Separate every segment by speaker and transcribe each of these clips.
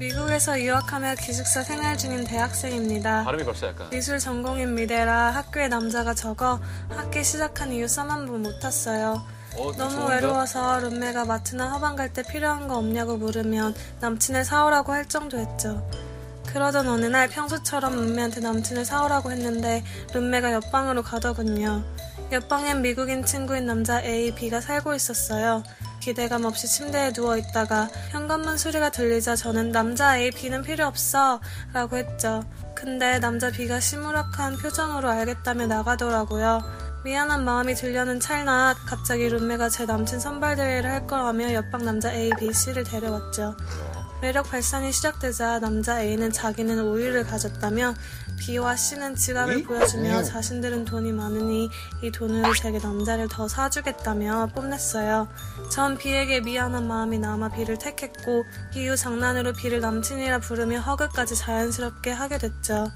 Speaker 1: 한국에서 유학하며 기숙사 생활 중인 대학생입니다.
Speaker 2: 발음이 벌써 약간
Speaker 1: 미술 전공인 미대라 학교에 남자가 적어 학기 시작한 이후 썸한번 못 탔어요.
Speaker 2: 어,
Speaker 1: 너무
Speaker 2: 좋은데?
Speaker 1: 외로워서 룸메가 마트나 허방 갈 때 필요한 거 없냐고 물으면 남친을 사오라고 할 정도였죠. 그러던 어느 날 평소처럼 룸메한테 남친을 사오라고 했는데 룸메가 옆방으로 가더군요. 옆방엔 미국인 친구인 남자 A, B가 살고 있었어요. 기대감 없이 침대에 누워 있다가 현관문 소리가 들리자 저는 남자 A, B는 필요 없어 라고 했죠. 근데 남자 B가 시무룩한 표정으로 알겠다며 나가더라고요. 미안한 마음이 들려는 찰나 갑자기 룸메가 제 남친 선발대회를 할 거라며 옆방 남자 A, B, C를 데려왔죠. 매력 발산이 시작되자 남자 A는 자기는 오이를 가졌다며 B와 C는 지갑을
Speaker 2: 오이?
Speaker 1: 보여주며
Speaker 2: 오.
Speaker 1: 자신들은 돈이 많으니 이 돈으로 제게 남자를 더 사주겠다며 뽐냈어요. 전 B에게 미안한 마음이 남아 B를 택했고 이후 장난으로 B를 남친이라 부르며 허그까지 자연스럽게 하게 됐죠.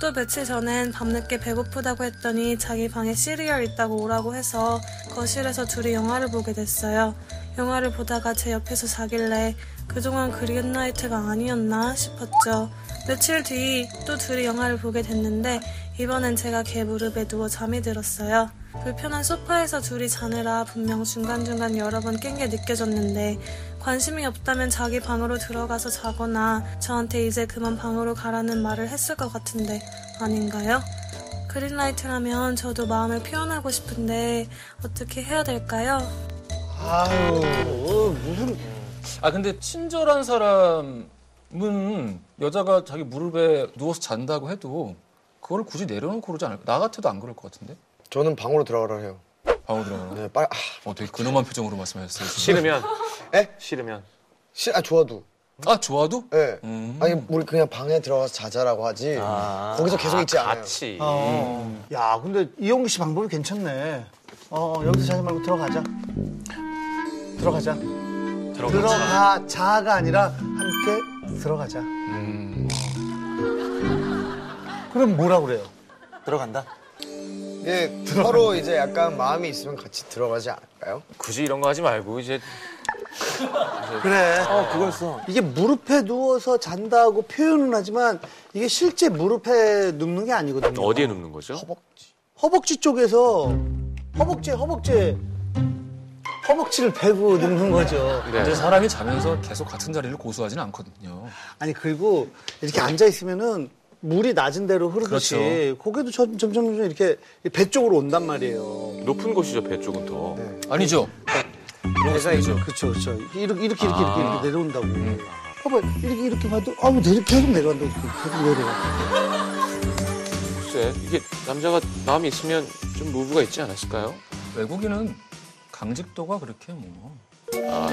Speaker 1: 또 며칠 전엔 밤늦게 배고프다고 했더니 자기 방에 시리얼 있다고 오라고 해서 거실에서 둘이 영화를 보게 됐어요. 영화를 보다가 제 옆에서 자길래 그동안 그린라이트가 아니었나 싶었죠. 며칠 뒤 또 둘이 영화를 보게 됐는데 이번엔 제가 걔 무릎에 누워 잠이 들었어요. 불편한 소파에서 둘이 자느라 분명 중간중간 여러 번 깬 게 느껴졌는데 관심이 없다면 자기 방으로 들어가서 자거나 저한테 이제 그만 방으로 가라는 말을 했을 것 같은데 아닌가요? 그린라이트라면 저도 마음을 표현하고 싶은데 어떻게 해야 될까요?
Speaker 3: 아유 어, 무슨
Speaker 2: 아 근데 친절한 사람은 여자가 자기 무릎에 누워서 잔다고 해도 그걸 굳이 내려놓고 그러지 않을 나 같아도 안 그럴 것 같은데
Speaker 3: 저는 방으로 들어가라 해요.
Speaker 2: 방울 들어가나?
Speaker 3: 네, 빨리 아,
Speaker 2: 어 되게 근엄한 표정으로 말씀하셨어요 지금.
Speaker 4: 싫으면
Speaker 3: 에?
Speaker 4: 싫으면
Speaker 3: 시, 아 좋아도.
Speaker 2: 아 좋아도?
Speaker 3: 예. 네.
Speaker 2: 음.
Speaker 3: 아니 우리 그냥 방에 들어가서 자자라고 하지. 거기서 계속 있지 않아요.
Speaker 4: 아, 같이
Speaker 5: 어. 야, 근데 이용규 씨 방법이 괜찮네. 어, 여기서 자지 말고 들어가자. 들어가자. 들어가 자가 아니라 함께 들어가자. 그럼 뭐라 그래요?
Speaker 6: 들어간다.
Speaker 3: 예, 서로 이제 약간 마음이 있으면 같이 들어가지 않을까요?
Speaker 4: 굳이 이런 거 하지 말고 이제
Speaker 5: 그래.
Speaker 6: 어, 그걸 써.
Speaker 5: 이게 무릎에 누워서 잔다고 표현은 하지만 이게 실제 무릎에 눕는 게 아니거든요.
Speaker 4: 어디에 눕는 거죠?
Speaker 5: 허벅지 쪽에서 허벅지, 허벅지, 허벅지를 베고 눕는 거죠.
Speaker 2: 근데
Speaker 4: 네.
Speaker 2: 사람이 자면서 계속 같은 자리를 고수하진 않거든요
Speaker 5: 아니 그리고 이렇게 앉아 있으면은 물이 낮은 대로 흐르듯이
Speaker 2: 그렇죠.
Speaker 5: 고개도 점- 점점 점점 이렇게 배 쪽으로 온단 말이에요.
Speaker 4: 높은 곳이죠 배 쪽은 더.
Speaker 2: 네. 아니죠?
Speaker 5: 그래서 그렇죠, 그렇죠. 이렇게 이렇게 이렇게 이렇게,
Speaker 6: 아.
Speaker 5: 이렇게 내려온다고.
Speaker 6: 음.
Speaker 5: 봐봐 이렇게 이렇게 봐도 아무 내려 계속 내려간다고 계속 내려가.
Speaker 4: 글쎄 이게 남자가 마음이 있으면 좀 무브가 있지 않았을까요?
Speaker 2: 외국인은 강직도가 그렇게 뭐
Speaker 4: 아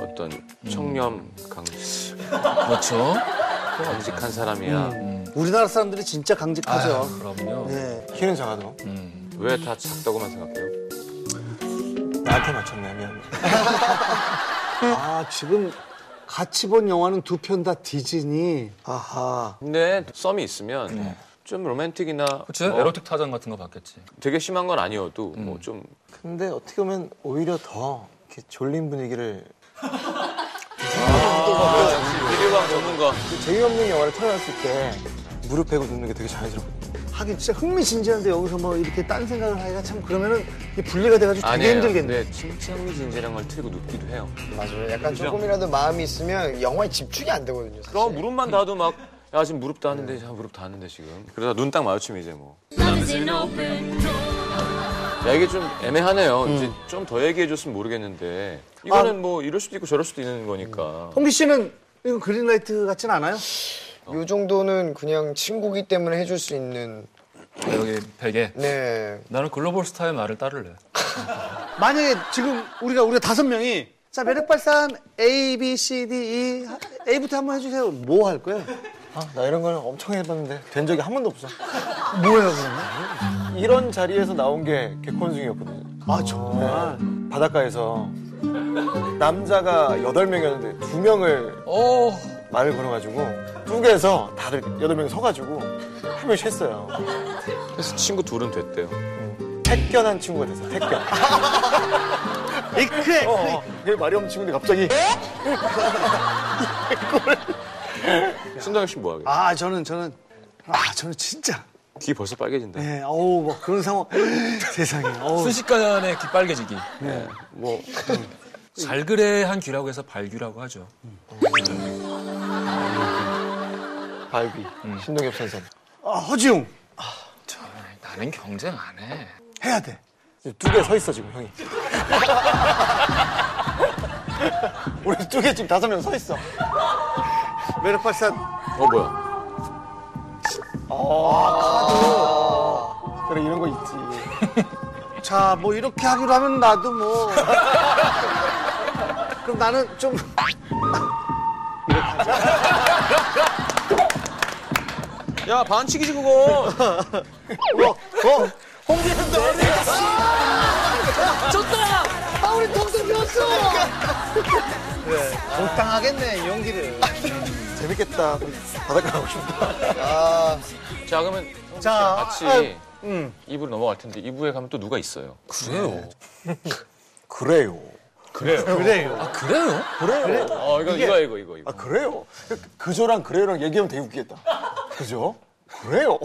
Speaker 4: 어떤 청렴 강직,
Speaker 2: 그렇죠?
Speaker 4: 강직한 사람이야.
Speaker 5: 우리나라 사람들이 진짜 강직하죠.
Speaker 2: 아유, 그럼요
Speaker 5: 네.
Speaker 6: 키는 작아도.
Speaker 2: 음.
Speaker 4: 왜 다 작다고만 생각해요?
Speaker 6: 나한테 맞췄네, 미안.
Speaker 5: 아 지금 같이 본 영화는 두 편 다 디즈니. 아하.
Speaker 4: 근데 썸이 있으면 좀 로맨틱이나
Speaker 2: 그치?
Speaker 5: 어.
Speaker 4: 뭐
Speaker 2: 에로틱 타잔 같은 거 봤겠지
Speaker 4: 되게 심한 건 아니어도 뭐 좀
Speaker 6: 근데 어떻게 보면 오히려 더 이렇게 졸린 분위기를
Speaker 4: 비교가 없는 거.
Speaker 6: 그 재미없는 영화를 틀어놨을 때 무릎 베고 눕는 게 되게 자연스럽거든요.
Speaker 5: 하긴 진짜 흥미진진한데 여기서 뭐 이렇게 딴 생각을 하기가 참 그러면은 이 분리가 돼가지고 되게 힘들겠네.
Speaker 4: 네, 진짜 흥미진진한 걸 틀고 눕기도 해요.
Speaker 3: 맞아요. 약간 조금이라도 마음이 있으면 영화에 집중이 안 되거든요. 사실.
Speaker 4: 그럼 무릎만 닿아도 막, 야, 지금 무릎 닿는데, 야, 무릎 닿는데, 지금. 그러다 눈 딱 마주치면 이제 뭐. 야, 이게 좀 애매하네요.
Speaker 5: 음.
Speaker 4: 이제 좀 더 얘기해줬으면 모르겠는데.
Speaker 5: 아.
Speaker 4: 이거는 뭐, 이럴 수도 있고 저럴 수도 있는 거니까.
Speaker 5: 홍기 씨는 이건 그린라이트 같진 않아요?
Speaker 3: 요 정도는 그냥 친구기 때문에 해줄 수 있는.
Speaker 2: 여기 베개
Speaker 3: 네.
Speaker 2: 나는 글로벌 스타의 말을 따를래
Speaker 5: 만약에 지금 우리가 우리가 다섯 명이 자 매력 발산 A B C D E 하- A부터 한번 해주세요. 뭐 할 거예요?
Speaker 6: 아, 나 이런 걸 엄청 해봤는데 된 적이 한 번도 없어.
Speaker 5: 뭐예요 그러면?
Speaker 6: 이런 자리에서 나온 게 개콘숭이었거든요.
Speaker 5: 아 정말.
Speaker 6: 바닷가에서 남자가 여덟 명이었는데두명을
Speaker 2: 오
Speaker 6: 말을 걸어가지고 뚝에서 다들 여덟 명이 서가지고 한 명씩 했어요.
Speaker 4: 그래서 친구 둘은 됐대요.
Speaker 6: 택견한 친구가 됐어요. 택견.
Speaker 5: 에크
Speaker 4: 네?
Speaker 6: 어, 어. 그 말이 없는 친구인데 갑자기 이걸
Speaker 4: 신동엽 씨뭐 하게?
Speaker 5: 아 저는 저는 아 저는 진짜
Speaker 4: 귀 벌써 빨개진다.
Speaker 5: 네 어우 막 그런 상황 세상에 어우
Speaker 2: 순식간에 귀 빨개지기. 음.
Speaker 4: 뭐
Speaker 2: 잘 그래 한 귀라고 해서 발귀라고 하죠.
Speaker 6: 발비 신동엽 선생.
Speaker 5: 아, 허지용
Speaker 2: 나는 경쟁 안 해.
Speaker 5: 해야 돼
Speaker 6: 두 개 서 있어 지금 형이. 우리 두 개 지금 다섯 명 서 있어. 매력발산.
Speaker 4: 어 뭐야?
Speaker 6: 그래 이런 거 있지.
Speaker 5: 자 뭐 이렇게 하기로 하면 나도 뭐 그럼 나는 좀
Speaker 4: 야 반칙이지 그거.
Speaker 5: 어?
Speaker 6: 어?
Speaker 5: 아, 우리 동생 배웠어! 그래, 못 당하겠네, 이 용기를.
Speaker 6: 재밌겠다. 바닷가 가고 싶다.
Speaker 4: 자 그러면
Speaker 5: 자,
Speaker 4: 같이
Speaker 5: 아,
Speaker 4: 음. 2부로 넘어갈 텐데 2부에 가면 또 누가 있어요?
Speaker 2: 그래요.
Speaker 6: 그래요.
Speaker 5: 그래요.
Speaker 2: 아 그래요?
Speaker 6: 그래요.
Speaker 4: 어 이거 이거 이거 이거 이거.
Speaker 6: 아
Speaker 5: 그,
Speaker 6: 그래요? 그조랑 그래요랑 얘기하면 되게 웃기겠다. 그죠? 그래요.